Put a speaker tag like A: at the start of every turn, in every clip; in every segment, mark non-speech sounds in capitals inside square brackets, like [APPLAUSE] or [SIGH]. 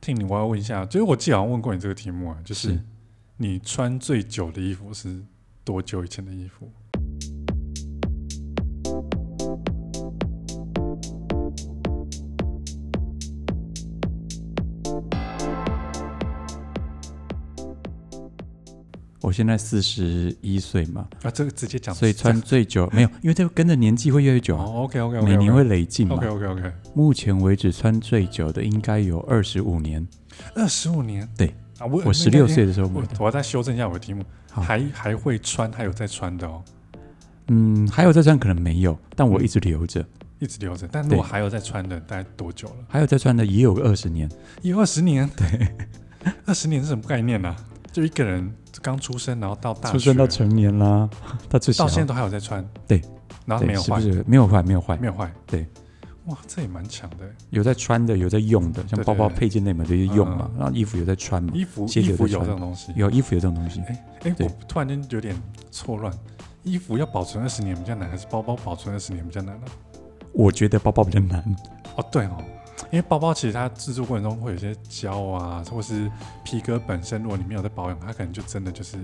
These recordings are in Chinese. A: 听你，我要问一下，就是我记得好像问过你这个题目啊，就是
B: 是
A: 你穿最久的衣服是多久以前的衣服？
B: 我现在四十一岁嘛，
A: 啊，这个直接讲，
B: 所以穿最久没有，因为这个跟着年纪会越来越久啊，
A: 哦，OK OK OK，
B: 每年会累进嘛。
A: OK OK OK，
B: 目前为止穿最久的应该有二十五年，
A: 二十五年，
B: 对
A: 啊，我
B: 我十六，岁的时候
A: 那
B: 买
A: 个
B: 的。
A: 我我要再修正一下我的题目，
B: 好
A: 还还会穿，还有在穿的哦，
B: 嗯，还有再穿可能没有，但我一直留着。
A: 一直留着。但如果
B: 对
A: 还有在穿的，大概多久了？
B: 还有再穿的也有个二十年，
A: 也二十年，对， [LAUGHS] 二十年是什么概念呢、啊？就一个人刚出生，然后到大学，
B: 出生到成年啦， [LAUGHS] 到最小
A: 到现在都还有在穿，
B: 对，
A: 然后
B: 对
A: 没有
B: 是
A: 坏
B: 不，是没有坏，没有坏
A: 没，有坏，
B: 哎对，
A: 哇，这也蛮强的欸。
B: 有在穿的，有在用的，像
A: 对
B: 包包
A: 对
B: 配件那门就是用嘛，
A: 嗯
B: 然后衣服有在穿嘛，
A: 衣服
B: 鞋子
A: 衣
B: 有
A: 服
B: 在
A: 有
B: 穿
A: 这种东西，
B: 有衣服有这种东西，
A: 哎，我
B: 对
A: 突然间有点错乱。衣服要保存二十年比较难，还是包包保存二十年比较难呢、
B: 我觉得包包比较难，
A: 哦，对哦，因为包包其实它制作过程中会有一些胶啊，或是皮革本身，如果你没有在保养，它可能就真的就是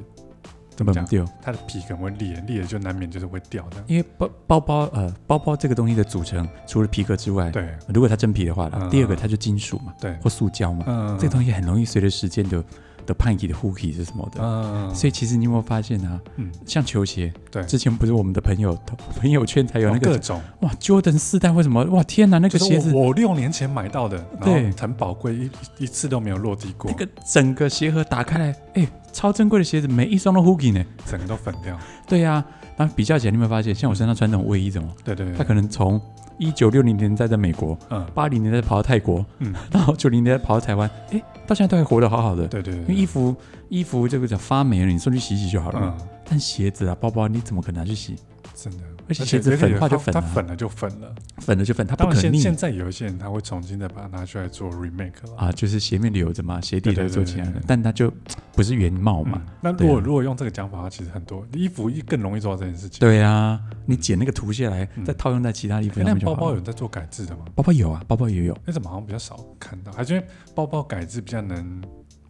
B: 怎
A: 么
B: 么
A: 讲
B: 丢？
A: 它的皮可能会裂，裂了就难免就是会掉这样。
B: 因为包包包呃包包这个东西的组成，除了皮革之外，
A: 对
B: 如果它真皮的话啦，
A: 嗯
B: 第二个它就金属嘛，
A: 对，
B: 或塑胶嘛，
A: 嗯，
B: 这个东西很容易随着时间的的判体的护体是什么的。
A: 嗯，
B: 所以其实你有没有发现啊？
A: 嗯，
B: 像球鞋，
A: 对
B: 之前不是我们的朋友朋友圈才有那
A: 哦
B: 个、
A: 各种
B: 哇，Jordan 四代为什么哇？天哪，那
A: 就
B: 个
A: 是
B: 鞋子
A: 我我六年前买到的，然
B: 对
A: 后很宝贵，一一一次都没有落地过
B: 那，个整个鞋盒打开来，哎、超珍贵的鞋子，每一双都 Hooky 呢。
A: 整个都粉掉。
B: 对呀、然后比较起来，你有没有发现，像我身上穿这种卫衣，怎么？
A: 对对
B: 它
A: 对，
B: 可能从一九六零年代在美国，
A: 嗯，
B: 八零年代跑到泰国，
A: 嗯，
B: 然后九零年代跑到台湾，哎、到现在都还活得好好的。
A: 对对对，
B: 因为衣
A: 服
B: 服衣服这个叫发霉了，你送去洗洗就好了。
A: 嗯，
B: 但鞋子啊、包包，你怎么可能拿去洗？
A: 真的，
B: 而且鞋子粉化就粉
A: 它
B: 了
A: 它粉了就粉了。
B: 粉了就粉，它不
A: 当然
B: 可
A: 现
B: 逆
A: 现在有一些人他会重新再把它拿出来做 remake 了。
B: 啊，就是鞋面留着嘛，鞋底
A: 对对对
B: 留做起来
A: 对
B: 了
A: 对，
B: 但它就不是原貌嘛。
A: 嗯，那如
B: 对
A: 果
B: 啊
A: 如果用这个讲法的话，其实很多衣服一更容易做到这件事情。
B: 对啊，你剪那个图下来，
A: 嗯
B: 再套用在其他衣服
A: 诶，
B: 上
A: 那
B: 面就
A: 包
B: 好
A: 包
B: 了
A: 有在做改制的吗？
B: 包包有啊，包包也有。
A: 那怎么好像比较少看到？还是因为包包改制比较能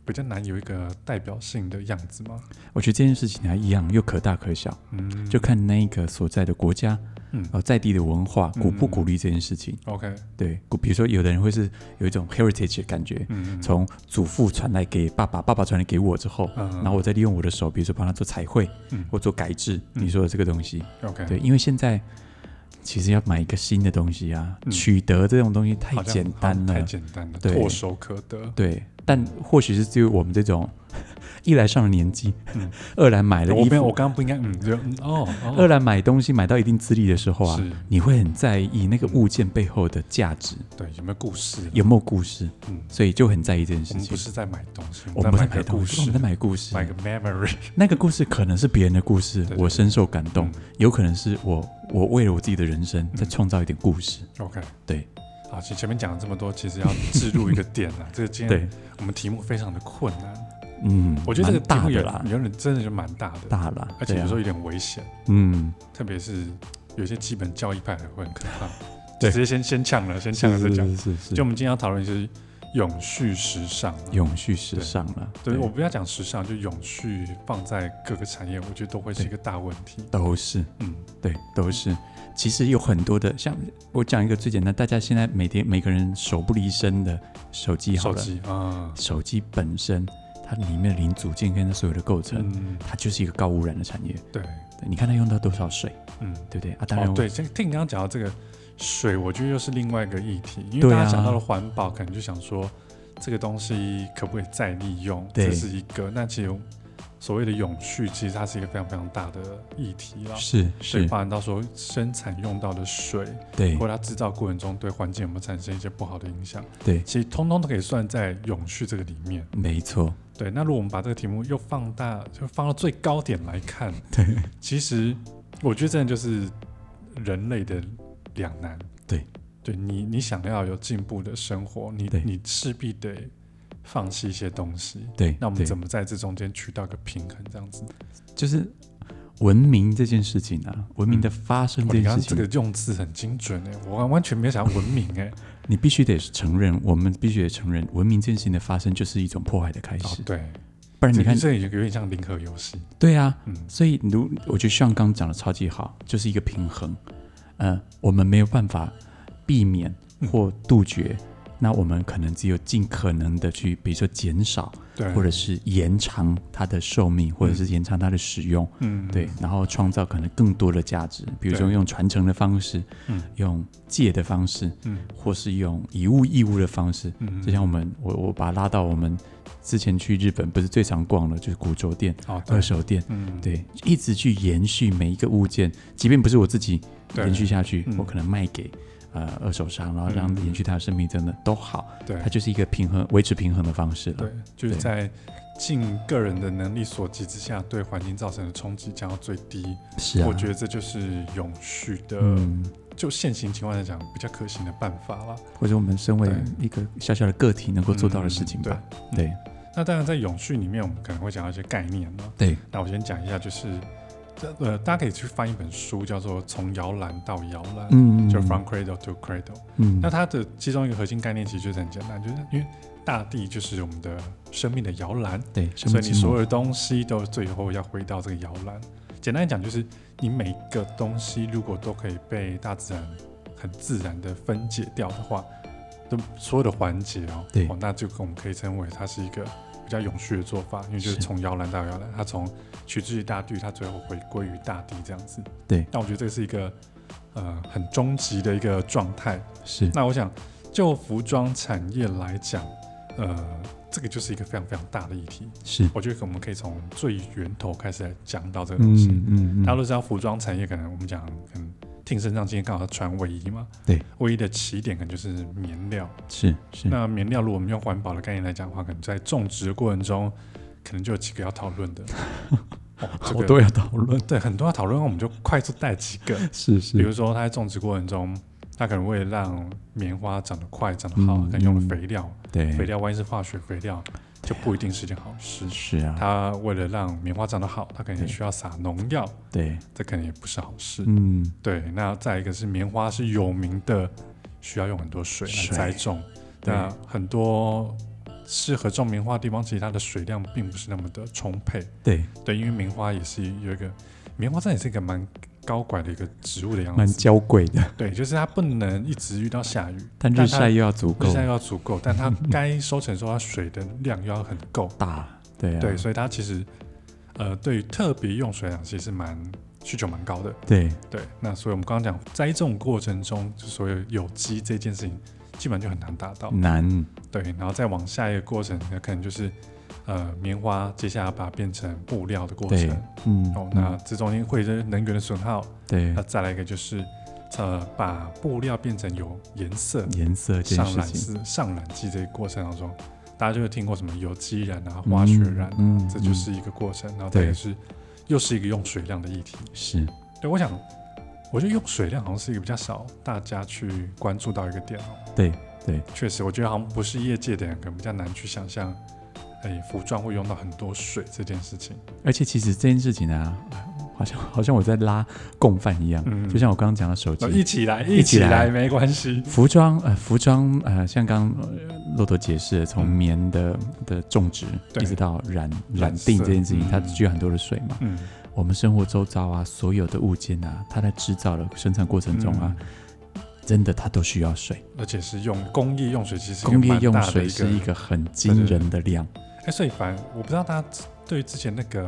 A: 比较难有一个代表性的样子吗？
B: 我觉得这件事情还一样，又可大可小，
A: 嗯，
B: 就看那个所在的国家，
A: 嗯
B: 呃，在地的文化鼓不
A: 嗯
B: 鼓励这件事情。
A: OK，
B: 对，鼓比如说有的人会是有一种 heritage 的感觉，
A: 嗯，嗯
B: 从祖父传来给爸爸，爸爸传来给我之后，
A: 嗯
B: 然后我再利用我的手，比如说帮他做彩绘
A: 嗯
B: 或做改制。
A: 嗯
B: 你说的这个东西，
A: OK，
B: 对，因为现在其实要买一个新的东西啊，
A: 嗯
B: 取得这种东西太
A: 好像
B: 简单
A: 好像太
B: 了。
A: 简单了，
B: 对
A: 唾手可得。
B: 对，但或许是只有我们这种， [LAUGHS] 一来上了年纪，
A: 嗯
B: [LAUGHS] 二来买了
A: 我
B: 衣
A: 没有，我
B: 服，
A: 刚刚不应该，嗯，就嗯哦，哦
B: 二来买东西买到一定资历的时候啊
A: 是，
B: 你会很在意那个物件背后的价值
A: 对，有没有故事？
B: 有没有故事，
A: 嗯，
B: 所以就很在意这件
A: 我
B: 事
A: 们不
B: 情。
A: 是在买东西，
B: 我们
A: 在
B: 在
A: 买个
B: 买
A: 故
B: 东西，我
A: 事，
B: 们在买故事
A: 买。个 memory。 [LAUGHS]
B: 那个故事可能是别人的故事
A: 对，对
B: 我
A: 对
B: 深受感动
A: 嗯；
B: 有可能是我，我为了我自己的人生再
A: 嗯
B: 创造一点故事。
A: OK，
B: 对
A: 好，其实前面讲了这么多，其实要置入一个点
B: [LAUGHS]
A: 啊，这个今天
B: 对，
A: 我们题目非常的困难，
B: 嗯，
A: 我觉得这个
B: 蛮
A: 题
B: 大
A: 目
B: 的
A: 有
B: 啦，
A: 有点真的就蛮大的，
B: 大啦，
A: 而且
B: 对啊
A: 有时候有点危险，
B: 嗯，
A: 特别是有些基本教义派的会很可怕，就
B: 对
A: 直接先先呛了，先
B: 是
A: 呛了再讲。
B: 是是是，
A: 就我们今天要讨论就是永续时尚啊，
B: 永续时尚了，
A: 对我不要讲时尚，就永续放在各个产业，我觉得都会是一个大问题。
B: 都是
A: 嗯，
B: 对都是。其实有很多的，像我讲一个最简单，大家现在每天每个人手不离身的手机好
A: 手
B: 了，
A: 机啊，
B: 手机本身它里面的零组件跟它所有的构成，
A: 嗯，
B: 它就是一个高污染的产业。
A: 对，
B: 对你看它用到多少水，
A: 嗯，
B: 对不对啊？当然
A: 哦
B: 我，
A: 对，这个听你刚刚讲到这个水，我觉得又是另外一个议题，因为
B: 对
A: 大家
B: 啊
A: 想到了环保，可能就想说这个东西可不可以再利用，
B: 对
A: 这是一个。那其实所谓的永续，其实它是一个非常非常大的议题啦。
B: 是
A: 所以
B: 是，
A: 包含到说生产用到的水，
B: 对
A: 或者它制造过程中对环境有没有产生一些不好的影响，
B: 对，
A: 其实通通都可以算在永续这个里面。
B: 没错，
A: 对，那如果我们把这个题目又放大，就放到最高点来看，
B: [LAUGHS] 对，
A: 其实我觉得真的就是人类的两难。
B: 对，
A: 对你你想要有进步的生活，你
B: 对
A: 你势必得放弃一些东西。
B: 对。
A: 那我们
B: 对
A: 怎么在这中间取到一个平衡？这样子，
B: 就是文明这件事情啊，文明的发生
A: 我哦
B: 这
A: 你
B: 件
A: 刚刚这
B: 事情，
A: 欸个用字很精准哎、我完完全没有想到文明哎、
B: 你必须得承认，我们必须得承认，文明这件事情的发生 [LAUGHS] 就是一种破坏的开
A: 哦
B: 始。，
A: 对，
B: 不然你看，
A: 这也有点像零和游戏，
B: 对啊，
A: 嗯，
B: 所以如我觉得像刚讲的超级好，就是一个平衡。呃，我们没有办法避免或杜绝，那我们可能只有尽可能的去，比如说减少
A: 对，
B: 或者是延长它的寿命，或者是延长它的使用，
A: 嗯，
B: 对，然后创造可能更多的价值，比如说
A: 对
B: 用传承的方式，
A: 嗯
B: 用借的方式，
A: 嗯
B: 或是用以物易物的方式。
A: 嗯，
B: 就像我们，我我把它拉到我们之前去日本，不是最常逛的，就是古着店、
A: 哦，对
B: 二，手店，
A: 嗯，
B: 对，一直去延续每一个物件，即便不是我自己
A: 对
B: 延续下去，
A: 嗯
B: 我可能卖给呃二手商，然后让
A: 嗯
B: 延续它的生命，真的都好，
A: 对
B: 它就是一个平衡维持平衡的方式了
A: 对。，就是
B: 对
A: 在尽个人的能力所及之下，对环境造成的冲击降到最低。
B: 是啊，
A: 我觉得这就是永续的，
B: 嗯，
A: 就现行情况来讲，比较可行的办法嗯了。
B: 或者我们身为
A: 对
B: 一个小小的个体能够做到的事情
A: 嗯
B: 吧。
A: 对
B: 对
A: 那当然，在永续里面，我们可能会讲到一些概念呢。
B: 对
A: 那我先讲一下，就是这呃，大家可以去翻一本书，叫做《从摇篮到摇篮》，
B: 嗯，
A: 就 From Cradle to Cradle。
B: 嗯，
A: 那它的其中一个核心概念其实就是很简单，就是因为大地就是我们的生命的摇篮，
B: 对，生
A: 所
B: 命
A: 以你
B: 之母
A: 所有的东西都最后要回到这个摇篮。简单来讲，就是你每一个东西如果都可以被大自然很自然的分解掉的话，都所有的环节哦，
B: 对
A: 哦，那就我们可以称为它是一个比较永续的做法，因为就是
B: 是
A: 从摇篮到摇篮，它从取之于大地，它最后回归于大地这样子。
B: 对
A: 但我觉得这是一个呃很终极的一个状态。
B: 是
A: 那我想，就服装产业来讲，呃，这个就是一个非常非常大的议题。
B: 是，
A: 我觉得我们可以从最源头开始来讲到这个东西。
B: 嗯嗯，
A: 大家
B: 嗯
A: 都知道服装产业，可能我们讲，可能听身上今天刚好穿卫衣嘛，
B: 对，嗯
A: 卫衣的起点可能就是棉料。
B: 是是，
A: 那棉料，如果我们用环保的概念来讲的话，可能在种植的过程中，可能就有几个要讨论
B: [LAUGHS]
A: 的。哦这
B: 好
A: 个
B: 多要讨论，
A: 对很多要讨论，我们就快速带几个。
B: 是
A: 比
B: 是
A: 如说，它在种植过程中，它可能为了让棉花长得快、长得好，
B: 嗯
A: 可能用了
B: 嗯
A: 肥料，
B: 对，
A: 肥料万一是化学肥料，就不一定是一件好事。
B: 是啊，
A: 它为了让棉花长得好，它可能也需要撒农药，
B: 对，
A: 这可能也不是好事。
B: 嗯，
A: 对，那再一个是棉花是有名的，需要用很多水
B: 水
A: 来栽种。
B: 对
A: 那很多适合种棉花的地方，其实它的水量并不是那么的充沛。
B: 对，
A: 对，因为棉花也是有一个，棉花真的是一个蛮高拐的一个植物的样
B: 蛮
A: 子。
B: 娇贵的，
A: 对，就是它不能一直遇到下雨，
B: 但日
A: 但它
B: 晒又要足够
A: 日晒又要足够，但它该收成的时候，它水的量又要很够。
B: 大，对啊，
A: 对，所以它其实呃，对于特别用水来讲，其实蛮需求蛮高的。
B: 对
A: 对，那所以我们刚刚讲栽种过程中，就所有有机这件事情，基本上就很难达到。
B: 嗯难，
A: 对，然后再往下一个过程，那可能就是呃，棉花接下来把它变成布料的过
B: 对
A: 程。，
B: 嗯，
A: 哦
B: 嗯，
A: 那这中间会有能源的损耗，
B: 对
A: 那再来一个就是呃，把布料变成有颜色。
B: 颜色嗯这件
A: 上
B: 事
A: 染
B: 情，
A: 是上染剂这个过程当中，大家就会听过什么有机染啊、化学染啊，
B: 嗯，嗯
A: 这就
B: 嗯
A: 是一个过程。然后
B: 对
A: 这也是又是一个用水量的议题。
B: 是，
A: 对，我想，我觉得用水量好像是一个比较少大家去关注到一个点哦。
B: 对对，
A: 确实，我觉得好像不是业界的人，可能比较难去想象，哎，服装会用到很多水这件事情。
B: 而且其实这件事情呢、好像好像我在拉共犯一样，
A: 嗯
B: 就像我刚刚讲的手
A: 哦一
B: 机。
A: 起来，
B: 一
A: 一起
B: 起来
A: 来，没关系。
B: 服装呃，服装呃，像刚刚呃骆驼解释的，从
A: 嗯
B: 棉的的种植
A: 对
B: 一直到染
A: 染
B: 染定
A: 色
B: 这件事情，
A: 嗯
B: 它需要很多的水嘛。
A: 嗯，
B: 我们生活周遭啊，所有的物件啊，它在制造的生产过程中啊，
A: 嗯
B: 真的它都需要水。
A: 而且是用工业用水，其实
B: 工业用
A: 一
B: 水
A: 个蛮大的
B: 是
A: 一
B: 一
A: 个。
B: 个很惊人的量。
A: 哎，所以反正我不知道大家对于之前那个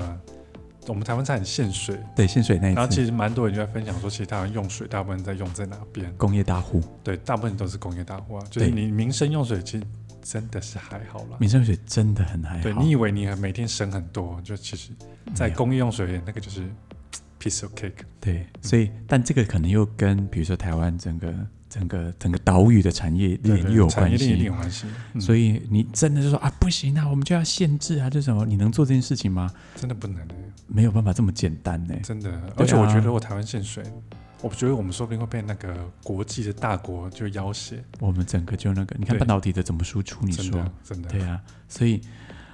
A: 我们台湾产限水，
B: 对，限水那
A: 然后
B: 一
A: 其
B: 次，
A: 实蛮多人就在分享说，其实台湾用水大部分在用在哪边？
B: 工业大户，
A: 对，大部分都是工业大户啊，就是
B: 对
A: 你民生用水其实真的是还好啦。
B: 民生水真的很还好。
A: 对你以为你每天省很多，就其实，在
B: 没有
A: 工业用水那个就是 piece of cake。
B: 对，所以但这个可能又跟比如说台湾整个整个整个岛屿的产业链又有
A: 产业
B: 关
A: 链一定
B: 系
A: 有。关系，嗯
B: 所以你真的就说啊，不行啊，我们就要限制啊，这什么？你能做这件事情吗？
A: 真的不能欸，
B: 没有办法这么简单呢、
A: 真的。而且我觉得我台湾限水，我觉得我们说不定会被那个国际的大国就要挟，
B: 我们整个就那个，你看
A: 对
B: 半导体的怎么输出？你
A: 真
B: 说
A: [LAUGHS] 的真的。
B: 对啊，所以，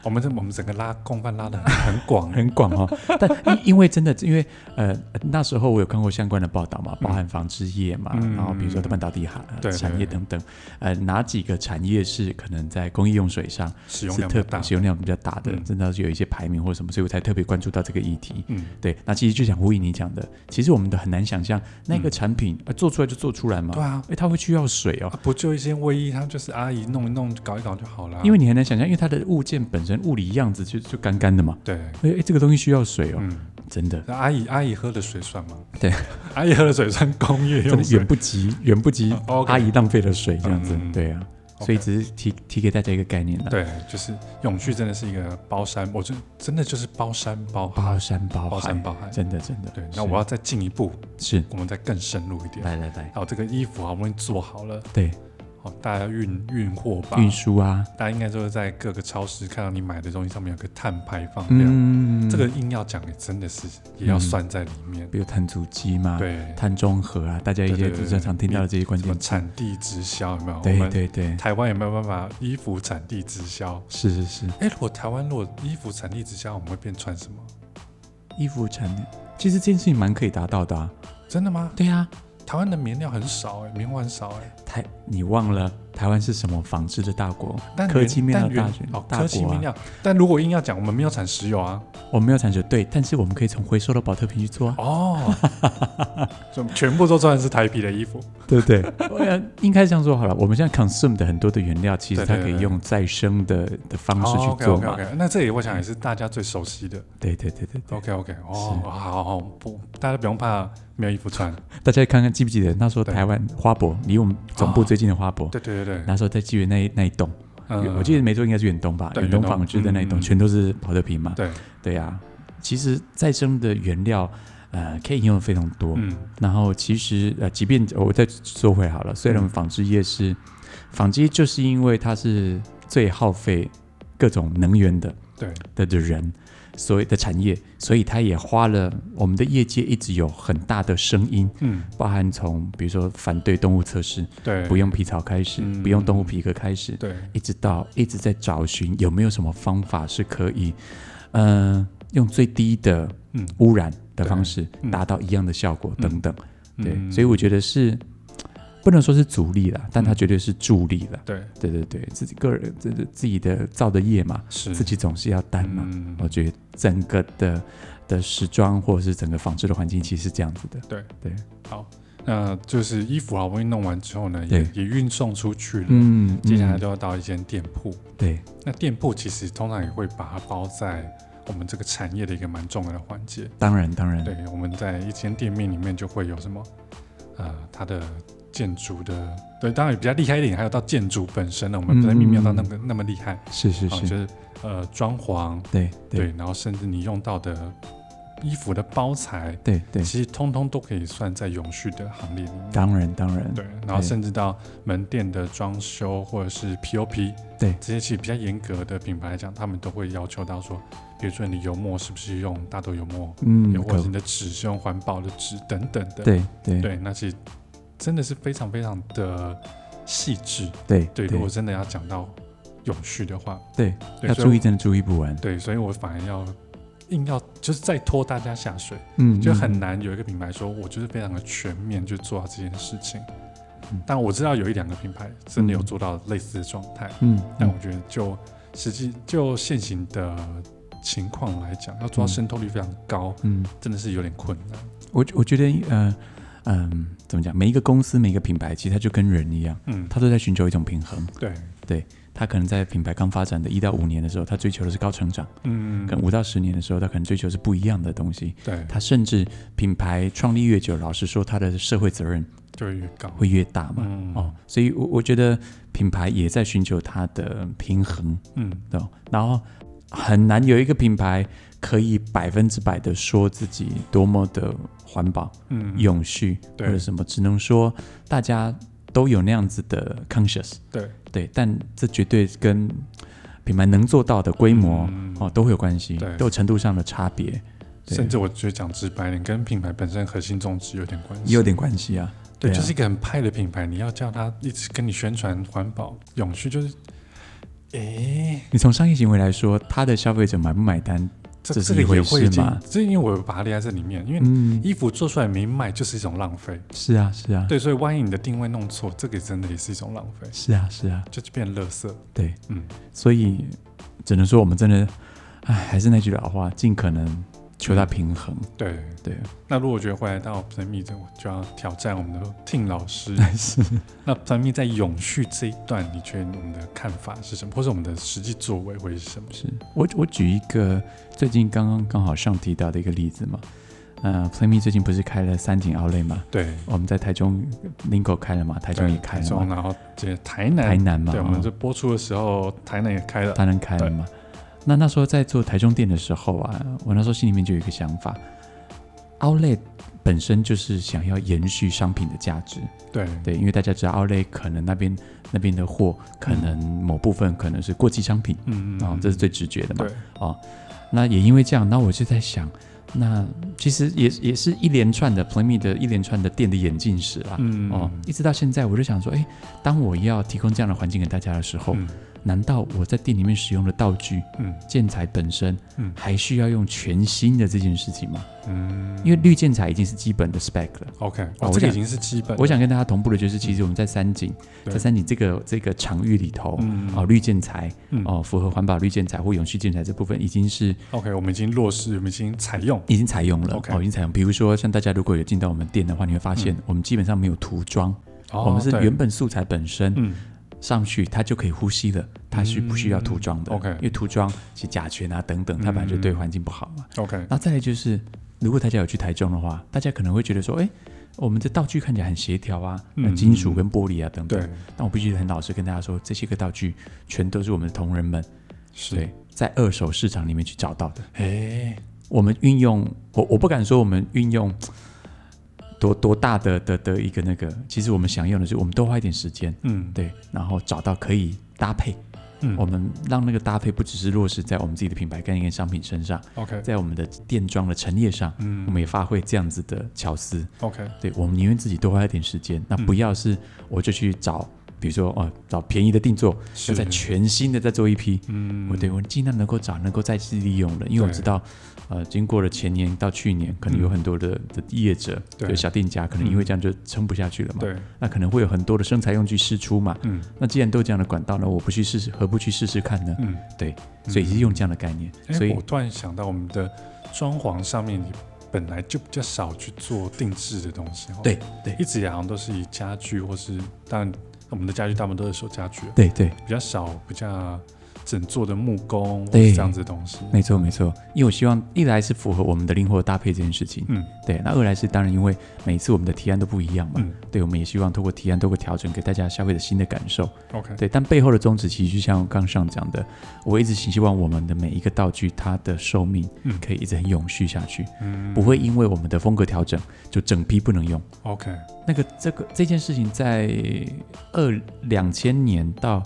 A: 我们这我们整个拉共犯拉的很广
B: [LAUGHS] 很广哦。但因因为真的，因为呃那时候我有看过相关的报道嘛，包含纺织业嘛，
A: 嗯
B: 然后比如说半导体行、
A: 对对
B: 产业等等，呃哪几个产业是可能在工业用水上
A: 使用
B: 是
A: 量
B: 特
A: 不大。
B: 使用量比较大的，
A: 嗯
B: 真的是有一些排名或者什么，所以我才特别关注到这个议题。
A: 嗯，
B: 对，那其实就想呼应你讲的，其实我们都很难想象那个产品、呃、做出来就做出来嘛，
A: 嗯对啊，
B: 哎、它会需要水哦
A: 啊。不就一些卫衣，他就是阿姨弄一弄搞一搞就好了。
B: 因为你很难想象，因为它的物件本身物理样子就就干干的嘛，
A: 对，
B: 哎、哎这个东西需要水哦，
A: 嗯，
B: 真的，
A: 那阿姨阿姨喝的水算吗？
B: 对，
A: [LAUGHS] 阿姨喝的水算工业
B: 真
A: 用
B: 的
A: 水
B: 远。不及远不及
A: 嗯，OK
B: 阿姨浪费了水这样子，
A: 嗯嗯嗯
B: 对啊，
A: OK
B: 所以只是提提给大家一个概念啦，，
A: 对，就是永续真的是一个包山，我真真的就是包山包海
B: 包，山包海，
A: 包山包海。
B: 真的真的，
A: 对，
B: 是
A: 那我要再进一步，
B: 是
A: 我们再更深入一点。
B: 来来来，
A: 好，这个衣服好啊不容易做好了，
B: 对
A: 好，大家运运货吧。
B: 运输啊，
A: 大家应该就是在各个超市看到你买的东西上面有个碳排放量，
B: 嗯，
A: 啊这个硬要讲也真的是也要算在里面。
B: 比如碳足迹嘛，
A: 对，
B: 碳中和啊，大家一
A: 对
B: 些
A: 对对
B: 比较常听到的这些关
A: 什么
B: 键词，
A: 产地直销有没有？我
B: 对
A: 们
B: 对对，
A: 台湾有没有办法衣服产地直销？
B: 是是是，
A: 哎，如果台湾如果衣服产地直销，我们会变穿什么？
B: 衣服产量，其实这件事情蛮可以达到的啊，
A: 真的吗？
B: 对啊，
A: 台湾的棉料很少哎、棉花很少哎、
B: 台你忘了台湾是什么纺织的大国？
A: 但
B: 科
A: 原
B: 技面料
A: 但原
B: 大学
A: 哦，
B: 大
A: 科技
B: 国啊
A: 面料。但如果硬要讲，我们没有产石油
B: [LAUGHS]
A: 啊，
B: 我们没有产学对，但是我们可以从回收的保特瓶去做啊，
A: 哦，就全部都穿的是台皮的衣服，
B: [LAUGHS] 对不对？呃，应该这样说好了。我们现在 consume 的很多的原料，其实
A: 对
B: 它
A: 对
B: 可以
A: 对哦
B: 用再生的的方式去做
A: OK
B: 嘛。
A: OK OK，那这里我想也是大家最熟悉的。
B: 对对对对对，
A: OK OK，哦，好好好，不，大家不用怕没有衣服穿。
B: 大家看看记不记得那时候
A: 对哦
B: 台湾花博离我们总部最近的花博，
A: 对对对对，
B: [LAUGHS] 那时候在纪元那一那一栋，
A: 嗯，
B: 我记得没错应该是远东吧，
A: 对
B: 远东
A: 远东
B: 纺织的那一栋，
A: 嗯嗯
B: 全都是保特瓶嘛。
A: 对，
B: 对啊，其实再生的原料，呃，可以应用的非常多。
A: 嗯
B: 然后其实呃，即便我再说回好了，虽
A: 嗯
B: 然我们纺织业是纺织，就是因为它是最耗费各种能源的
A: 对，
B: 的的人，所以的产业，所以它也花了我们的业界一直有很大的声音，
A: 嗯
B: 包含从比如说反对动物测试，
A: 对，
B: 不用皮草开始，
A: 嗯
B: 不用动物皮革开始，
A: 对，
B: 一直到一直在找寻有没有什么方法是可以，呃，用最低的
A: 嗯
B: 污染的方式
A: 嗯
B: 达到一样的效果
A: 嗯
B: 等等。对，
A: 嗯
B: 所以我觉得是不能说是阻力啦，但它绝对是助力啦。
A: 对
B: 对对对，自己个人自自己的造的业嘛，
A: 是
B: 自己总是要担嘛。
A: 嗯
B: 我觉得整个的的时装或者是整个纺织的环境其实是这样子的。
A: 对
B: 对，
A: 好，那就是衣服好啊不容易弄完之后呢，
B: 对
A: 也也运送出去了，
B: 嗯，
A: 接下来
B: 嗯
A: 就要到一间店铺。
B: 对
A: 那店铺其实通常也会把它包在我们这个产业的一个蛮重要的环节。
B: 当然当然，
A: 对，我们在一间店面里面就会有什么，呃，它的建筑的，对，当然比较厉害一点，还有到建筑本身呢，我们
B: 嗯
A: 不能没有到那么、那么厉害，
B: 是是
A: 啊，
B: 是，
A: 就是呃装潢，
B: 对
A: 对
B: 对，
A: 然后甚至你用到的衣服的包材，
B: 对对，
A: 其实通通都可以算在永续的行列里面。
B: 当然当然，
A: 对，然后甚至到门店的装修或者是 POP，
B: 对
A: 这些其实比较严格的品牌来讲，他们都会要求到说，比如说你油墨是不是用大豆油墨，
B: 嗯
A: 也，或
B: 可
A: 者是你的纸是用环保的纸等等的。
B: 对对
A: 对，那其实真的是非常非常的细致。
B: 对
A: 对，如果真的要讲到永续的话，
B: 对，
A: 对
B: 要
A: 所以
B: 注意
A: 我
B: 真的注意不完，
A: 对，所以我反而要硬要就是再拖大家下水，
B: 嗯，
A: 就
B: 嗯
A: 很。难有一个品牌说我就是非常的全面去做到这件事情
B: 嗯。
A: 但我知道有一两个品牌真的有
B: 嗯
A: 做到类似的状态，
B: 嗯，
A: 但
B: 嗯
A: 我觉得就实际就现行的情况来讲，要做到
B: 嗯
A: 渗透率非常高，
B: 嗯，
A: 真的是有点困难。
B: 我我觉得呃嗯、怎么讲？每一个公司每一个品牌，其实它就跟人一样，
A: 嗯，
B: 它都在寻求一种平衡。
A: 对，
B: 它可能在品牌刚发展的一到五年的时候，它追求的是高成长；，
A: 嗯，
B: 跟五到十年的时候，它可能追求是不一样的东西。
A: 对，
B: 它甚至品牌创立越久，老实说，它的社会责任
A: 就会越高。
B: 会越大嘛。
A: 嗯
B: 哦，所以我我觉得品牌也在寻求它的平衡。
A: 嗯，
B: 对哦，然后很难有一个品牌可以百分之百的说自己多么的环保、
A: 嗯，
B: 永续或
A: 对
B: 者什么，只能说大家都有那样子的 conscious，
A: 对
B: 对，但这绝对跟品牌能做到的规模、
A: 嗯
B: 哦都会有关系，
A: 对
B: 都有程度上的差别，对
A: 甚至我觉得讲直白点，跟品牌本身核心宗旨有点关系。
B: 也有点关系啊，
A: 对，
B: 对啊
A: 就是一个很派的品牌，你要叫他一直跟你宣传环保、永续，就是，诶，
B: 你从商业行为来说，他的消费者买不买单，
A: 这
B: 这是
A: 这个
B: 一回
A: 也会
B: 事
A: 进
B: 嘛，
A: 这因为我有把它列在这里面，因为
B: 嗯，
A: 衣服做出来没卖就是一种浪费。
B: 是啊，是啊，
A: 对，所以万一你的定位弄错，这个真的也是一种浪费，
B: 是啊，是啊，
A: 就变垃圾。
B: 对，
A: 嗯，
B: 所以只能说我们真的，哎，还是那句老话，尽可能求到平衡，
A: 对。
B: 对， [LAUGHS]
A: 那如果觉得回来到神秘的，我就要挑战我们的 Tim 老
B: [LAUGHS]
A: 师。
B: 是
A: 那神秘在永续这一段，你觉得我们的看法是什么，或者我们的实际作为会是什么？
B: 是，我我举一个最近刚刚刚好上提到的一个例子嘛，呃，Play Me 最近不是开了三井奥莱嘛，
A: 对，
B: 我们在台中林口开了嘛，台中
A: 对
B: 也开
A: 台
B: 了
A: 中，
B: 嘛，
A: 然后这台
B: 台
A: 南，
B: 南嘛，
A: 对，我们
B: 哦
A: 这播出的时候，台南也开了。
B: 当然开了嘛。那那时候在做台中店的时候啊，我那时候心里面就有一个想法，Outlet 本身就是想要延续商品的价值，
A: 对
B: 对，因为大家知道 Outlet 可能那边那边的货可能某部分可能是过期商品，
A: 嗯
B: 啊、哦，这是最直觉的嘛
A: 对。
B: 那也因为这样，那我就在想，那其实也也是一连串的 Play Me 的一连串的店的演进史啦。
A: 嗯
B: 哦，一直到现在，我就想说，哎，当我要提供这样的环境给大家的时候，
A: 嗯
B: 难道我在店里面使用的道具，
A: 嗯
B: 建材本身，
A: 嗯
B: 还需要用全新的这件事情吗？
A: 嗯，
B: 因为绿建材已经是基本的 spec 了。
A: OK，
B: 哦
A: 哦，
B: 我
A: 这个
B: 想
A: 已经是基本。
B: 我，想跟大家同步的就是，其实我们在三井，
A: 对
B: 在三井这个这个场域里头，
A: 嗯
B: 哦，绿建材，
A: 嗯
B: 哦，符合环保绿建材或永续建材这部分已经是
A: OK，我们已经落实，我们已经采用。
B: 已经采用了
A: OK 嗯
B: 哦，已经采用。比如说，像大家如果有进到我们店的话，你会发现我们基本上没有涂装，
A: 哦
B: 我们是
A: 对
B: 原本素材本身
A: 嗯
B: 上去它就可以呼吸了，它是不需要涂装的。
A: 嗯，OK 嗯
B: 因为涂装是甲醛啊等等，它本来就对环境不好嘛。
A: OK，
B: 那再来就是，如果大家有去台中的话，大家可能会觉得说，哎、我们这道具看起来很协调啊，
A: 嗯
B: 呃金属跟玻璃啊等等。
A: 对，
B: 但我必须很老实跟大家说，这些个道具全都是我们的同仁们
A: 是，
B: 对在二手市场里面去找到的。
A: 哎，
B: 我们运用，我我不敢说我们运用多多大的的的一个那个，其实我们想用的是，我们多花一点时间，
A: 嗯，
B: 对，然后找到可以搭配，
A: 嗯
B: 我们让那个搭配不只是落实在我们自己的品牌概念跟商品身上，
A: ，OK，
B: 在我们的店装的陈列上，
A: 嗯
B: 我们也发挥这样子的巧思。
A: ，OK，
B: 对我们宁愿自己多花一点时
A: 嗯
B: 间，那不要是我就去找，比如说哦，找便宜的定做，
A: 是
B: 要再全新的再做一批。
A: 嗯
B: 我对我尽量能够找能够再次利用的，因为我
A: 对
B: 知道，呃，经过了前年到去年，可能有很多的、的业者，
A: 嗯对嗯
B: 就小店家，可能因为这样就撑不下去了嘛。
A: 对，
B: 那可能会有很多的生财用具试出嘛。
A: 嗯
B: 那既然都有这样的管道了，我不去试试，何不去试试看呢？
A: 嗯。
B: 对，所以是用这样的概念，
A: 哎、
B: 所以
A: 我突然想到，我们的装潢上面本来就比较少去做定制的东西，哦
B: 对，对
A: 一直以来好像都是以家具或是，当然我们的家具大部分都是手家具，啊
B: 对对，
A: 比较少比较整做的木工或
B: 对
A: 是这样子的东西。
B: 没错没错，因为我希望一来是符合我们的灵活搭配这件事情，
A: 嗯
B: 对，那二来是当然因为每一次我们的提案都不一样嘛，
A: 嗯
B: 对，我们也希望透过提案、透过调整给大家消费者新的感受，
A: ，OK，
B: 对，但背后的宗旨其实就像我刚上讲的，我一直希望我们的每一个道具它的寿命
A: 嗯
B: 可以一直很永续下去，
A: 嗯
B: 不会因为我们的风格调整就整批不能用。
A: ，OK，
B: 那个这个这件事情在二两千年到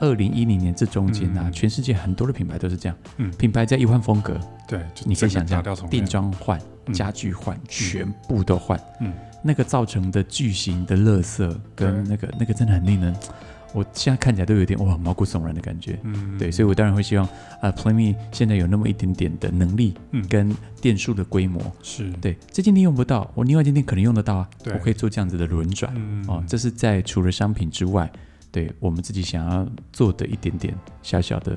B: 二零一零年这中间啊，
A: 嗯
B: 全世界很多的品牌都是这样，
A: 嗯
B: 品牌在一换风格，
A: 对，就
B: 你可以
A: 整
B: 想
A: 个
B: 象
A: 打掉重
B: 定
A: 练，
B: 妆换、
A: 嗯
B: 家具换，全部都换，
A: 嗯，
B: 那个造成的巨型的垃圾跟
A: 对
B: 那个那个真的很令人，我现在看起来都有点哇毛骨悚然的感觉。
A: 嗯，
B: 对，所以我当然会希望，呃，Play Me 现在有那么一点点的能力
A: 嗯
B: 跟店数的规模，
A: 是，
B: 对，这间店用不到，我另外一间店可能用得到啊，
A: 对
B: 我可以做这样子的轮转。
A: 嗯
B: 哦，这是在除了商品之外，对我们自己想要做的一点点小小的，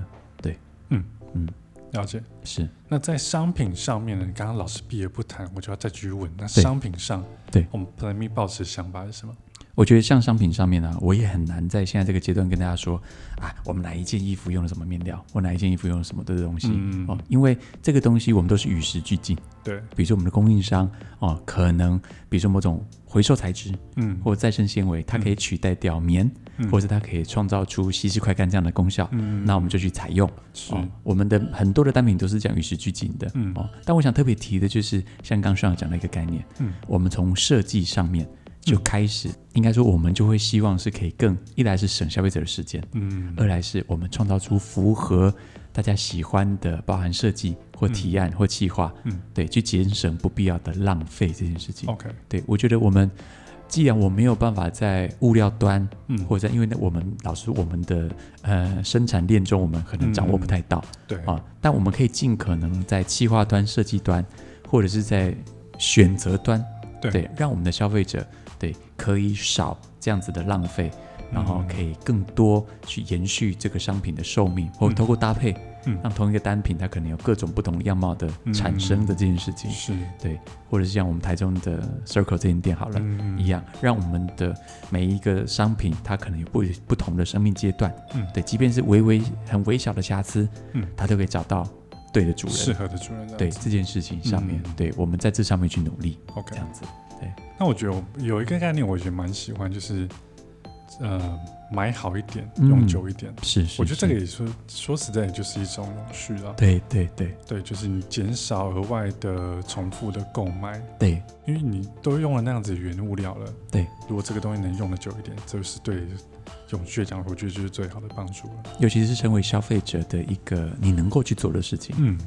A: 了解。
B: 是
A: 那在商品上面呢，你刚刚老师避而不谈，我就要再继续问。那
B: 对
A: 商品上，
B: 对
A: 我们 Play Me 抱持的想法是什么？
B: 我觉得像商品上面呢、啊我也很难在现在这个阶段跟大家说啊，我们哪一件衣服用了什么面料，我哪一件衣服用了什么的东西、
A: 嗯
B: 哦，因为这个东西我们都是与时俱进，
A: 对，
B: 比如说我们的供应商哦，可能比如说某种回收材质
A: 嗯，
B: 或再生纤维，它可以取代掉棉，
A: 嗯
B: 或者它可以创造出吸湿快干这样的功效，
A: 嗯
B: 那我们就去采用。
A: 是
B: 哦，我们的很多的单品都是讲与时俱进的，
A: 嗯
B: 哦，但我想特别提的就是像刚上讲的一个概念，
A: 嗯，
B: 我们从设计上面就开始，应该说我们就会希望是可以更一来是省消费者的时间，
A: 嗯
B: 二来是我们创造出符合大家喜欢的，包含设计或提案或企划，
A: 嗯，
B: 对，去节省不必要的浪费这件事情。
A: ，OK，
B: 对我觉得我们既然我没有办法在物料端，
A: 嗯，
B: 或者在因为那我们老师我们的呃生产链中，我们可能掌
A: 嗯
B: 握不太到、
A: 对，
B: 啊，但我们可以尽可能在企划端、设计端，或者是在选择端，
A: 对
B: 让我们的消费者对可以少这样子的浪费，然后
A: 嗯
B: 可以更多去延续这个商品的寿命，或
A: 嗯
B: 通过搭配，
A: 嗯
B: 让同一个单品它可能有各种不同样貌的产生的这件事情，
A: 是，
B: 对，或者是像我们台中的 Circle 这间店好了。
A: 嗯
B: 一，样，让我们的每一个商品，它可能有不不同的生命阶段，
A: 嗯
B: 对，即便是微微很微小的瑕疵，
A: 嗯
B: 它都可以找到对的主人，
A: 适合的主人这样
B: 对
A: 子
B: 这件事情上面，
A: 嗯
B: 对我们在这上面去努力，
A: ，OK
B: 这。样子，
A: 那我觉得我有一个概念，我觉得蛮喜欢，就是呃，买好一点，
B: 嗯
A: 用久一点。
B: 是是，
A: 我觉得这个
B: 是
A: 也说说实在，也就是一种永续了。
B: 对对对
A: 对，就是你减少额外的重复的购买，
B: 对
A: 因为你都用了那样子的原物料了。
B: 对，
A: 如果这个东西能用的久一点，这就是对永续来讲，我觉得就是最好的帮助了。
B: 尤其是身为消费者的一个你能够去做的事情，
A: 嗯，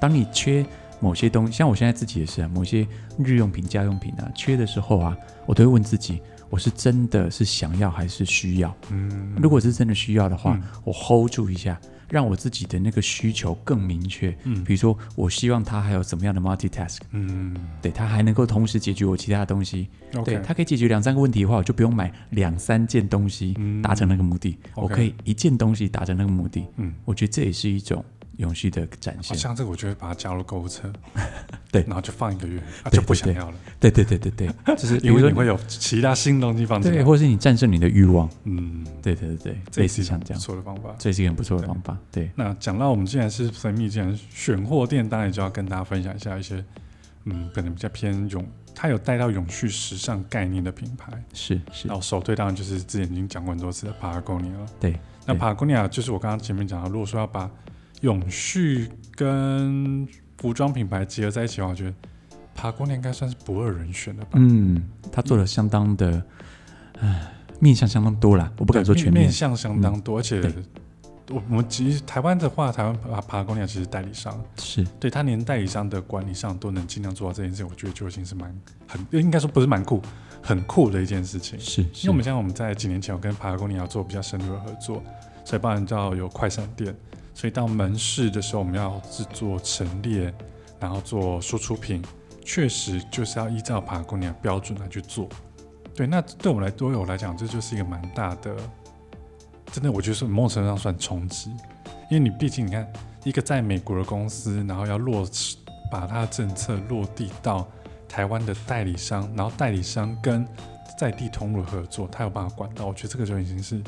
B: 当你缺某些东西，像我现在自己也是啊，某些日用品、家用品啊，缺的时候啊，我都会问自己，我是真的是想要还是需要？
A: 嗯，
B: 如果是真的需要的话，
A: 嗯
B: 我 hold 住一下，让我自己的那个需求更明确。
A: 嗯
B: 比如说，我希望它还有怎么样的 multitask，
A: 嗯
B: 对它还能够同时解决我其他的东西。对
A: ，OK，
B: 它可以解决两三个问题的话，我就不用买两三件东西
A: 嗯
B: 达成那个目的，我
A: OK
B: 可以一件东西达成那个目的。
A: 嗯，
B: 我觉得这也是一种永续的展
A: 好
B: 现。，
A: 像这个我就会把它加入购物车
B: [LAUGHS] 对
A: 然后就放一个月，啊
B: 对
A: 就不
B: 对
A: 想
B: 对
A: 要了，
B: 对对对对
A: [LAUGHS]
B: 对，就是比
A: 因
B: 如
A: 为
B: 说
A: 你会有其他新东西放进
B: 对，
A: 来。
B: 或是你战胜你的欲望。
A: 嗯，
B: 对对对对，
A: 这
B: 类
A: 也
B: 似
A: 是
B: 像这
A: 不
B: 样，
A: 错的方法。
B: 这是一个很不错的方法。对，
A: 那讲到我们既然是神秘，既然选货店，当然就要跟大家分享一下一些，嗯，可能比较偏永，它有带到永续时尚概念的品牌。
B: 是是
A: 然，后首推当然就是之前已经讲过很多次的 Patagonia 了。
B: 对，
A: 那
B: 对
A: Patagonia 就是我刚刚前面讲到，如果说要把永续跟服装品牌结合在一起的话，我觉得 Patagonia 应该算是不二人选了吧。
B: 嗯，他做了相当的，唉面向相当多啦，我不
A: 不
B: 敢说全面嗯
A: 面，向相当多，而且
B: 对
A: 我我们其实台湾的话，台湾 Patagonia 其实代理商。
B: 是
A: 对他连代理商的管理上都能尽量做到这件事情，我觉得就已经是蛮很应该说不是蛮酷，很酷的一件事情。
B: 是，
A: 因为我们像我们在几年前，我跟帕拉贡尼亚做比较深入的合作，所以包含到有快闪店，所以到门市的时候，我们要制作陈列，然后做输出品，确实就是要依照帕拉贡尼亚标准来去做。对，那对我们来对我来讲，这就是一个蛮大的，真的，我觉得是某种程度上算冲击，因为你毕竟你看一个在美国的公司，然后要落实把它的政策落地到台湾的代理商，然后代理商跟在地通路合作，他有办法管到，我觉得这个就已经是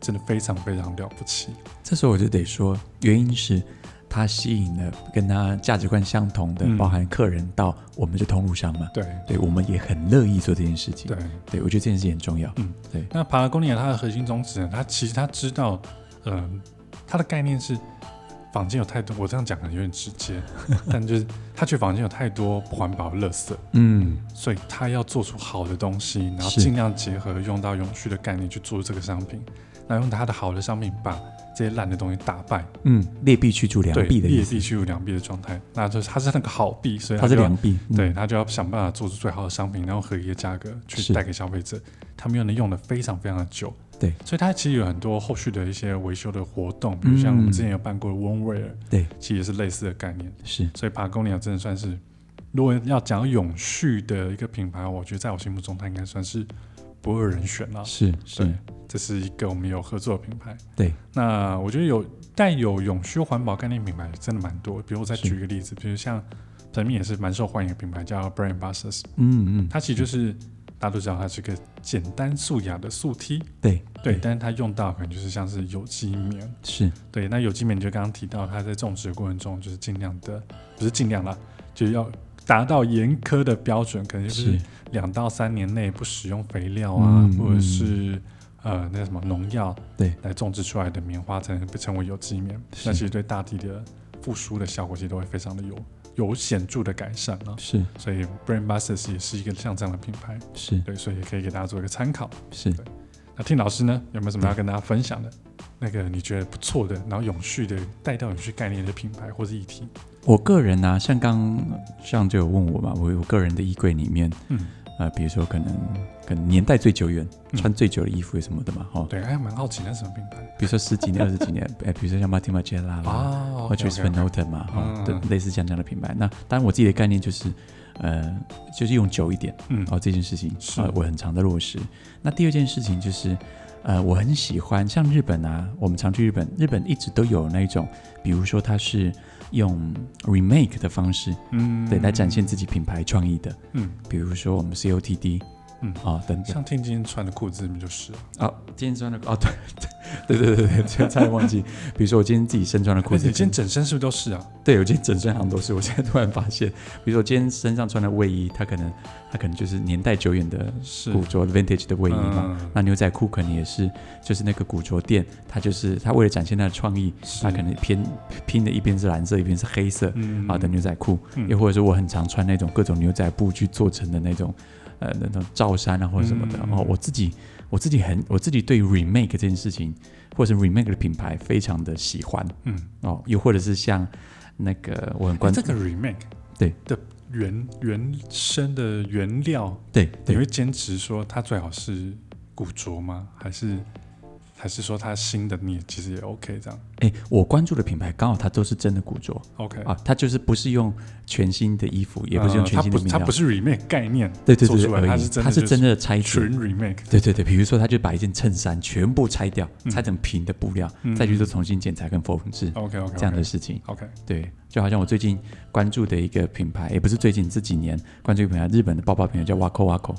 A: 真的非常非常了不起。
B: 这时候我就得说，原因是他吸引了跟他价值观相同的，
A: 嗯
B: 包含客人到我们这通路上嘛，
A: 对
B: 对我们也很乐意做这件事情，
A: 对，
B: 对，我觉得这件事情很重要，
A: 嗯，
B: 对，
A: 那帕拉贡尼亚它的核心宗旨呢，它其实它知道，嗯、它的概念是坊间有太多，我这样讲可能有点直接， [LAUGHS] 但就是它觉得坊间有太多不环保的垃圾，
B: 嗯，
A: 所以它要做出好的东西，然后
B: 是
A: 尽量结合用到永续的概念去做这个商品，然后用它的好的商品把这些烂的东西打败，
B: 嗯，劣币驱逐良
A: 对，
B: 币的意
A: 劣
B: 思
A: 币，驱逐良币的状态，那就是它是那个好币，所以
B: 它
A: 就是要
B: 良币，嗯
A: 对，他就要想办法做出最好的商品，然后合一的价格去
B: 是
A: 带给消费者，他们又能用的非常非常的久。
B: 对，
A: 所以它其实有很多后续的一些维修的活动，比如像我们
B: 嗯
A: 之前有办过的 One Wear，
B: 对，
A: 其实也是类似的概念。
B: 是
A: 所以 p a t a g 真的算是，如果要讲永续的一个品牌，我觉得在我心目中它应该算是不二人选了。
B: 是是
A: 对，这是一个我们有合作的品牌。
B: 对，
A: 那我觉得有带有永续环保概念品牌真的蛮多，比如我再
B: 是
A: 举一个例子，比如像神秘也是蛮受欢迎的品牌叫 Brand Buses，
B: 嗯嗯，
A: 它其实就是大家都知道它是个简单素雅的素 T，
B: 对
A: 对，但是它用到可能就是像是有机棉，
B: 是
A: 对，那有机棉就刚刚提到它在种植的过程中就是尽量的，不是尽量啦，就是要达到严苛的标准，可能就是
B: 是
A: 两到三年内不使用肥料啊，
B: 嗯
A: 或者是呃那什么农药，
B: 对，
A: 来种植出来的棉花才能被称为有机棉。
B: 是
A: 那其实对大地的复苏的效果，其实都会非常的有有显著的改善啊。
B: 是
A: 所以 Brain Busters 也是一个像这样的品牌，
B: 是
A: 对，所以也可以给大家做一个参考。
B: 是，
A: 那听老师呢，有没有什么要跟大家分享的？那个你觉得不错的，然后永续的带到永续概念的品牌或是议题？
B: 我个人呢、啊，像刚上就有问我嘛，我我个人的衣柜里面，
A: 嗯
B: 呃，比如说可能可能年代最久远、
A: 嗯
B: 穿最久的衣服什么的嘛，哦，
A: 对，哎，蛮好奇那什么品牌
B: 比如说十几年、二十几年，哎，比如说像 Martin m a g e l a 啦，
A: 啊
B: 或者是
A: OK，OK，OK
B: Venoten 嘛，哦，
A: 嗯
B: 对，类似像这样的品牌。那当然我自己的概念就是，呃，就是用久一点，
A: 嗯，
B: 哦，这件事情
A: 是
B: 呃我很常的落实。那第二件事情就是，呃，我很喜欢像日本啊，我们常去日本，日本一直都有那种，比如说它是用 remake 的方式，
A: 嗯
B: 哦对，来展现自己品牌创意的，
A: 嗯，
B: 比如说我们 COTD，
A: 嗯
B: 啊、等等
A: 像听今天穿的裤子里面就是啊，
B: 啊、今天穿的哦，对 [LAUGHS] 对对对对对，差点忘记，比如说我今天自己身穿的裤
A: 而
B: 子，
A: 且哎你今天整身是不是都是啊？
B: 对我今天整身行都是，我现在突然发现，比如说我今天身上穿的卫衣，它可能它可能就是年代久远的
A: 是
B: 古着 vintage 的卫衣嘛。
A: 嗯
B: 那牛仔裤可能也是，就是那个古着店，它就是它为了展现它的创意，
A: 是
B: 它可能偏拼的一边是蓝色，一边是黑色
A: 嗯
B: 啊的牛仔裤，
A: 嗯
B: 又或者是我很常穿那种各种牛仔布去做成的那种呃那种罩衫啊或者什么的。
A: 嗯
B: 哦，我自己我自己很我自己对 remake 这件事情，或者是 remake 的品牌非常的喜欢
A: 嗯，
B: 哦，又或者是像那个我很
A: 关
B: 关注、
A: 哎这个 remake
B: 对
A: 的原原生的原料，
B: 对
A: 你
B: 对
A: 会坚持说它最好是古着吗？还是还是说它新的你也其实也 OK 这样
B: 哎，我关注的品牌刚好它都是真的古着。
A: ？OK
B: 啊，它就是不是用全新的衣服，也不是用
A: 呃
B: 全
A: 它
B: 新的
A: 不
B: 面料，
A: 它不是 remake 概念，
B: 对对
A: 做
B: 对
A: 出来
B: 而
A: 它
B: 已
A: 是，真
B: 它
A: 的
B: 是
A: 就是
B: 真正的拆解。
A: 纯 remake，
B: 对对对，比如说，他就把一件衬衫全部拆掉，
A: 嗯
B: 拆成平的布料，
A: 嗯
B: 再去做重新剪裁跟缝制、
A: OK OK
B: 这样的事情。
A: OK
B: 对，就好像我最近关注的一个品牌，也不是最近这几年关注一个品牌，日本的包包品牌叫 Waco Waco，、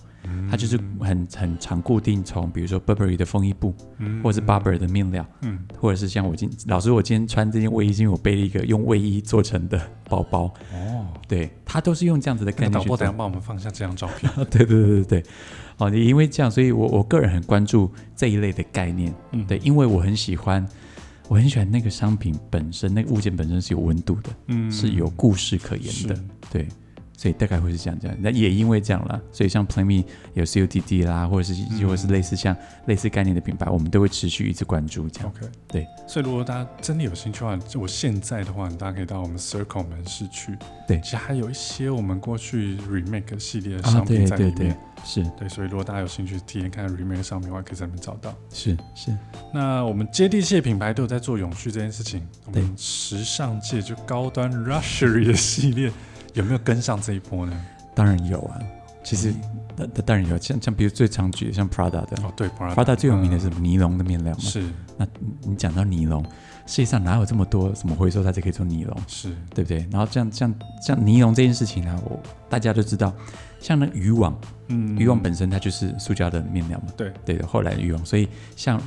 B: 它
A: 嗯
B: 就是很很常固定从比如说 Burberry 的风衣布，
A: 嗯
B: 或者是 Barber 的面料，
A: 嗯
B: 或者是像我今老师我今天穿这件卫衣，是因为我背了一个用卫衣做成的包包，
A: 哦，
B: 对，它都是用这样子的
A: 那
B: 概
A: 个
B: 念
A: 导
B: 去
A: 播
B: 做
A: 等一。下帮我们放下这张照片，
B: [LAUGHS] 对对对对对，哦，你因为这样，所以我我个人很关注这一类的概念，
A: 嗯
B: 对，因为我很喜欢，我很喜欢那个商品本身，那个物件本身是有温度的，
A: 嗯
B: 是有故事可言
A: 是，
B: 的对，所以大概会是这样这样。那也因为这样啦，所以像 Play Me 有 COTD 啦，或者是
A: 嗯
B: 或者是类似像类似概念的品牌，我们都会持续一直关注这样。
A: OK，
B: 对。
A: 所以如果大家真的有兴趣的话，就我现在的话，大家可以到我们 Circle 门市去。
B: 对
A: 其实还有一些我们过去 remake 系列的
B: 啊，
A: 哦商
B: 对
A: 品在里
B: 对
A: 面。
B: 对，是
A: 对所以如果大家有兴趣体验看 remake 商品的话，可以在那边找到。
B: 是是，
A: 那我们接地气的品牌都有在做永续这件事情，我
B: 对
A: 们时尚界就高端 luxury 的系列有没有跟上这一波呢？
B: 当然有啊，其实当当然有，啊像像比如最常举的像 Prada 的。
A: 嗯哦，对，Prada，
B: 嗯 Prada 最有名的
A: 嗯
B: 是什么？尼龙的面料嘛。
A: 是
B: 那你你讲到尼龙，世界上哪有这么多什么回收材质可以做尼龙，
A: 是，
B: 对不对？然后这样这样这样尼龙这件事情呢、啊我大家都知道，像那个渔网，
A: 嗯
B: 渔网本身它就是塑胶的面料嘛，
A: 对
B: 对的。后来的渔网，所以像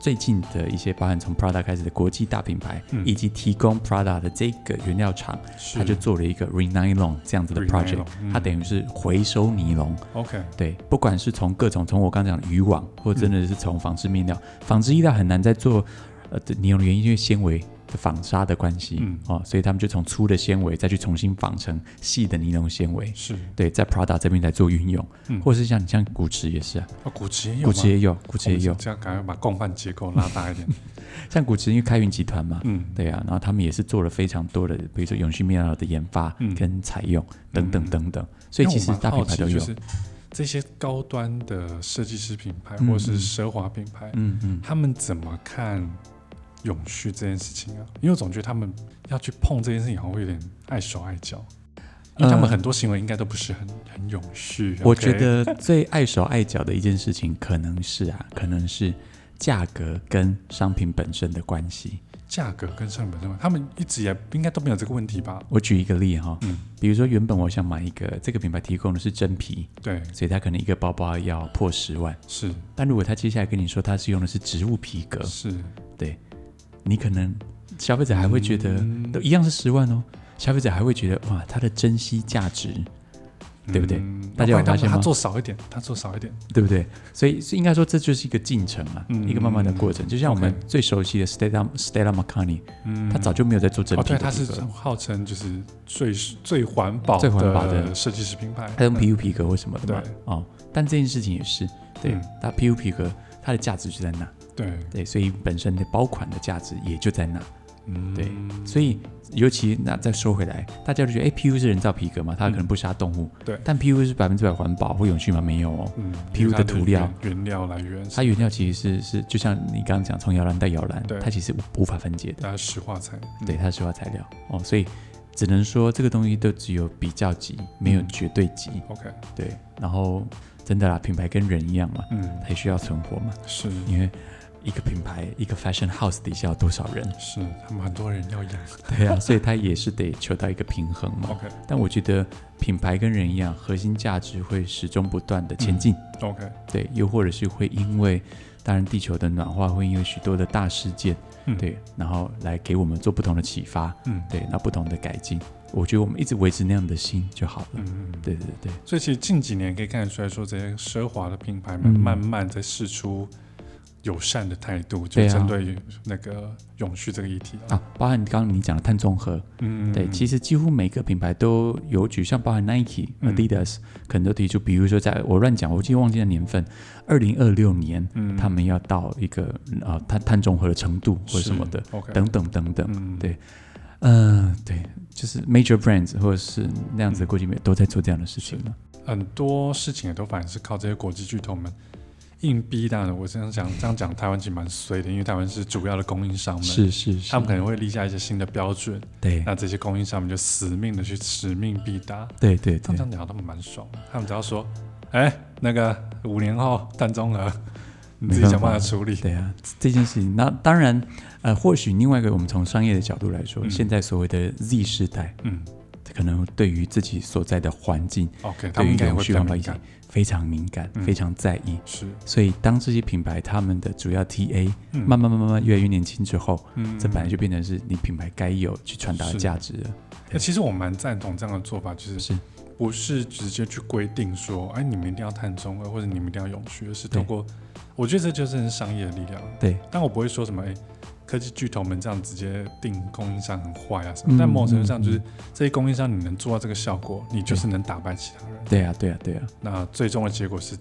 B: 最近的一些，包含从 Prada 开始的国际大品牌，
A: 嗯
B: 以及提供 Prada 的这个原料厂，
A: 是嗯
B: 它就做了一个 Renylon 这样子的 project，它
A: 得
B: 等于是回收尼龙。
A: OK，
B: 对，不管是从各种，从我刚讲的渔网，或真的是从纺织面料，纺织衣料很难再做，呃，的尼龙的原因因为纤维的纺纱的关系，
A: 嗯
B: 哦，所以他们就从粗的纤维再去重新纺成细的尼龙纤维，
A: 是
B: 对，在 Prada 这边来做运用，
A: 嗯
B: 或是像像古驰也是啊，
A: 哦，古驰也有吗，哦
B: 古驰也有，古驰也
A: 我
B: 有
A: 们，这样赶快把共犯结构拉大一
B: [LAUGHS]
A: 点。
B: 像古驰因为开云集团嘛，
A: 嗯，
B: 对啊，然后他们也是做了非常多的，比如说永续面料的研发
A: 嗯
B: 跟采用等等
A: 嗯
B: 等等，所以其实大品牌都
A: 因为我蛮好奇就
B: 有，
A: 是这些高端的设计师品牌
B: 嗯
A: 或是奢华品牌，
B: 嗯嗯，
A: 他们怎么看永续这件事情啊？因为我总觉得他们要去碰这件事情，好像会有点碍手碍脚。因为他们
B: 呃
A: 很多行为应该都不是很很永续。
B: 我
A: OK？
B: 觉得最碍手碍脚的一件事情，可能是啊，可能是价格跟商品本身的关系。
A: 价格跟商品本身，他们一直也应该都没有这个问题吧？
B: 我举一个例哈、
A: 嗯
B: 比如说原本我想买一个这个品牌提供的是真皮，
A: 对，
B: 所以它可能一个包包要破十万，
A: 是
B: 但如果他接下来跟你说它是用的是植物皮革，
A: 是，
B: 你可能消费者还会觉得、
A: 嗯
B: 都一样是十万哦，消费者还会觉得哇，它的珍惜价值，对不对
A: 嗯
B: 大家有发现吗
A: 他做少一点，他做少一点，
B: 对不对？所以是应该说这就是一个进程啊，
A: 嗯
B: 一个慢慢的过程。就像我们
A: OK
B: 最熟悉的 Stella Stella McCartney，
A: 嗯
B: 他早就没有在做真
A: 哦，
B: 皮
A: 对，
B: 的
A: 它
B: 皮
A: 是
B: 革，
A: 号称就是最最环保、
B: 最环保的
A: 设计师品牌，
B: 他用 PU 皮革或什么的嘛
A: 对。
B: 哦，但这件事情也是，对
A: 嗯，
B: 它 PU 皮革它的价值就在那，
A: 嗯对，
B: 对，所以本身的包款的价值也就在那。
A: 嗯，
B: 对所以，尤其那再说回来，大家都觉得，哎，PU 是人造皮革嘛，它可能不杀动物，
A: 嗯对
B: 但 PU 是百分之百环保或永续吗？没有哦，
A: 嗯，
B: 皮肤
A: 因为
B: 的
A: 它
B: 涂料
A: 原原料来源
B: 它
A: 是
B: 原料其实是是，就像你刚刚讲，从摇篮到摇篮
A: 对，
B: 它其实无无法分解的，
A: 它是石化材，嗯
B: 对，，它是石化材料哦，所以只能说这个东西都只有比较级，没有绝对级，
A: OK，
B: 对。然后真的啦，品牌跟人一样嘛，
A: 嗯，
B: 它也需要存活嘛，
A: 是
B: 因为一个品牌一个 fashion house 底下有多少人，
A: 是，他们很多人要养
B: 对啊，所以它也是得求到一个平衡嘛。
A: ，OK
B: 但我觉得品牌跟人一样，核心价值会始终不断的前进，
A: OK，
B: 对，又或者是会因为，当然地球的暖化会因为许多的大事件，
A: 嗯，，
B: 对，然后来给我们做不同的启发，
A: 嗯
B: 对，那不同的改进，我觉得我们一直维持那样的心就好了。
A: 嗯嗯嗯
B: 对对对，
A: 所以其实近几年可以看得出来说，这些奢华的品牌们
B: 嗯
A: 慢慢在试出友善的态度，
B: 对
A: 就
B: 啊
A: 针对于那个永续这个议题
B: 啊，包含刚刚你讲的碳中和，
A: 嗯，
B: 对，其
A: 实
B: 实几乎每个品牌都有举，像包含 Nike、
A: 嗯
B: Adidas，可能都提出，比如说在我乱讲，我记得忘记了年份，二零二六年。
A: 嗯
B: 他们要到一个啊碳碳中和的程度或者什么的，
A: ，OK，
B: 等等等等。
A: 嗯
B: 对嗯、对，就是 major brands 或者是那样子的国际媒体都在做这样的事情了。
A: 很多事情也都反而是靠这些国际巨头们硬逼当然，我这样讲，这样讲台湾其实蛮衰的，因为台湾是主要的供应商们，
B: 是是是，
A: 他们可能会立下一些新的标准，
B: 对
A: 那这些供应商们就死命的去使命必达。
B: 对对
A: 这
B: 对，
A: 样讲他们蛮爽的，他们只要说，哎、那个五年后碳中和，
B: [LAUGHS]
A: 你自己想办法处理。
B: 对啊，这件事情，那当然，呃，或许另外一个，我们从商业的角度来说，
A: 嗯
B: 现在所谓的 Z 世代，
A: 嗯
B: 可能对于自己所在的环境，
A: ，OK，他
B: 对
A: 们
B: 于
A: 应该也
B: 永
A: 会比
B: 续
A: 较
B: 环保
A: 敏
B: 议题
A: 感。
B: 非常敏感，
A: 嗯
B: 非常在意。
A: 是，
B: 所以，当这些品牌他们的主要 TA
A: 嗯
B: 慢慢慢慢慢越来越年轻之后，
A: 嗯
B: 这本来就变成是你品牌该有去传达的
A: 是
B: 价值了。
A: 那哎其实我蛮赞同这样的做法，就是
B: 是，
A: 不是直接去规定说，哎，你们一定要碳中和，或者你们一定要永续，而是通
B: 对
A: 过，我觉得这就是商业的力量。
B: 对，
A: 但我不会说什么，哎，科技巨头们这样直接定供应商很坏啊什么。
B: 嗯
A: 但某种程度上，
B: 嗯
A: 就是这些供应商你能做到这个效果，你就是能打败其他人。
B: 对啊，对啊，对啊，
A: 那最终的结果是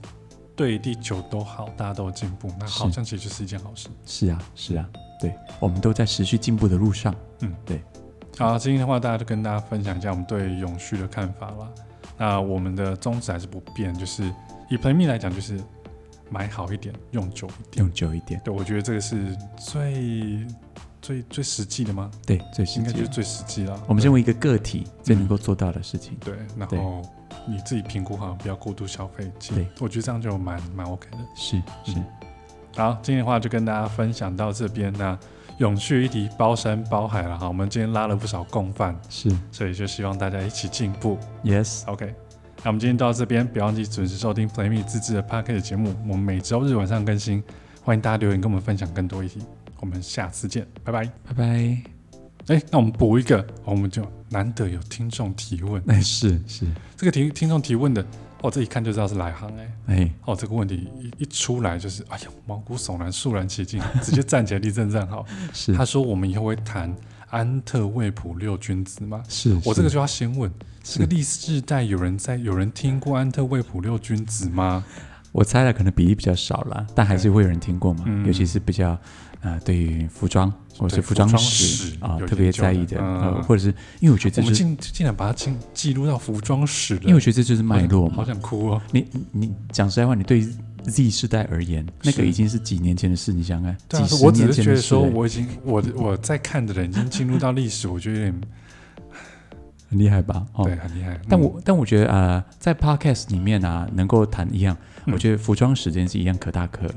A: 对地球都好，大家都有进步，那
B: 是
A: 好像其实就是一件好事。
B: 是啊，是啊，对，我们都在持续进步的路上。
A: 好，今天的话，大家就跟大家分享一下我们对永续的看法啦。那我们的宗旨还是不变，就是以 Play Me 来讲，就是买好一点，用久一点。
B: 用久一点，
A: 对，我觉得这个是最最最实际的吗？
B: 对，最实
A: 应该就
B: 际
A: 是
B: 的。
A: 最实际啦。
B: 我们
A: 对
B: 身为一个个体，最能够做到的事情，
A: 对，然后你自己评估好，不要过度消费。其实
B: 对
A: 我觉得这样就蛮蛮 OK 的。
B: 是是
A: 嗯，好，今天的话就跟大家分享到这边那永续议题包山包海了哈，我们今天拉了不少共犯，
B: 是
A: 所以就希望大家一起进步。
B: ，yes，
A: OK，那我们今天到这边，不要忘记准时收听 Play Me 自制的 p a r k e t 节目，我们每周日晚上更新，欢迎大家留言跟我们分享更多议题，我们下次见，拜拜。
B: 拜拜。
A: 哎，那我们补一个，我们就难得有听众提问，
B: 哎，是是，
A: 这个听听众提问的，哦，这一看就知道是来航哎、
B: 哎，
A: 哦，这个问题一一出来就是，哎呀，毛骨悚然，肃然起敬，直接站起来立正站好。
B: 是
A: 他说我们以后会谈安特卫普六君子吗？
B: 是，
A: 我这个
B: 是
A: 就要先问，这个历世代有人在有人听过安特卫普六君子吗？
B: 我猜了，可能比例比较少啦，但还是会有人听过嘛
A: 嗯，
B: 尤其是比较呃，对于服装或
A: 对
B: 者是服装
A: 服装
B: 史
A: 史
B: 啊
A: 有
B: 特别
A: 研究
B: 在意
A: 的
B: 的，
A: 嗯
B: 呃，或者是因为我觉
A: 我
B: 得这
A: 们
B: 就是，
A: 竟竟然把它进记录到服装史了，哎
B: 因为我觉得这就是脉络嘛
A: 好，想哭哦。
B: 你你讲实在话，你对 Z 世代而言，那个
A: 是
B: 已经是几年前的事，你想想
A: 对啊
B: 看，几，十
A: 我只
B: 年
A: 是
B: 前
A: 觉
B: 的
A: 得
B: 事
A: 说，
B: 欸，
A: 我已经我我在看的人已经进入到历史，我觉得有点
B: 很厉害吧？哦
A: 对，很厉害。
B: 但
A: 嗯
B: 我但我觉得呃，在 podcast 里面啊，能够谈一样，
A: 嗯
B: 我觉得服装时间是一样可大可，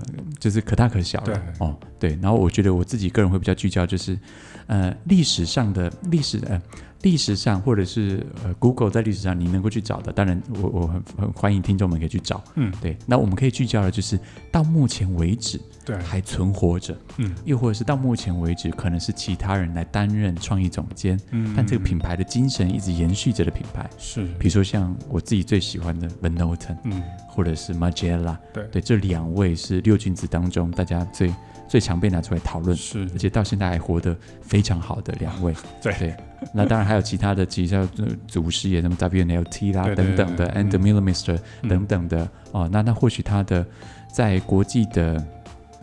B: 就是可大可小
A: 对
B: 的哦。对，然后我觉得我自己个人会比较聚焦，就是呃历史上的历史呃历史上或者是呃 Google 在历史上你能够去找的，当然我我很很欢迎听众们可以去找。
A: 嗯，
B: 对，那我们可以聚焦的就是到目前为止
A: 对，
B: 还存活着，
A: 嗯
B: 又或者是到目前为止可能是其他人来担任创意总监，
A: 嗯
B: 但这个品牌的精神一直延续着的品牌。
A: 是，
B: 比如说像我自己最喜欢的 Van Noten，
A: 嗯，
B: 或者是 Margiela，
A: 对
B: 这两位是六君子当中大家最最常被拿出来讨论，
A: 是。
B: 而且到现在还活得非常好的两位
A: [LAUGHS] 对
B: 那当然还有其他的，其实像呃祖师爷什么 WNLT 啦
A: 对对
B: 等等的
A: 对
B: ，And the Millimeter
A: 嗯
B: 等等的哦，那那或许他的在国际的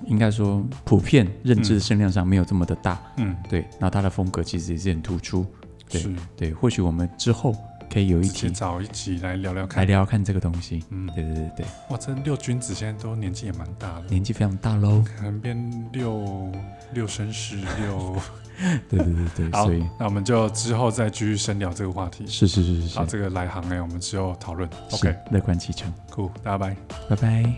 B: 应该说普遍认知的声量上没有这么的大，
A: 嗯，
B: 对。那他的风格其实也是很突出，对
A: 是，
B: 对。或许我们之后可以有一
A: 直接
B: 集
A: 找一集来聊聊
B: 来
A: 看。
B: 聊聊看这个东西。
A: 嗯，
B: 对对对对，
A: 哇，这六君子现在都年纪也蛮大了，
B: 年纪非常大喽。
A: 可能变六六绅士六。
B: 对对对对，
A: 好
B: 所以
A: 那我们就之后再继续深聊这个话题。啊
B: 是是是是是
A: 好，这个来航哎，我们之后讨论。
B: 是
A: OK，
B: 乐观其成。
A: 酷，大家拜。
B: 拜拜。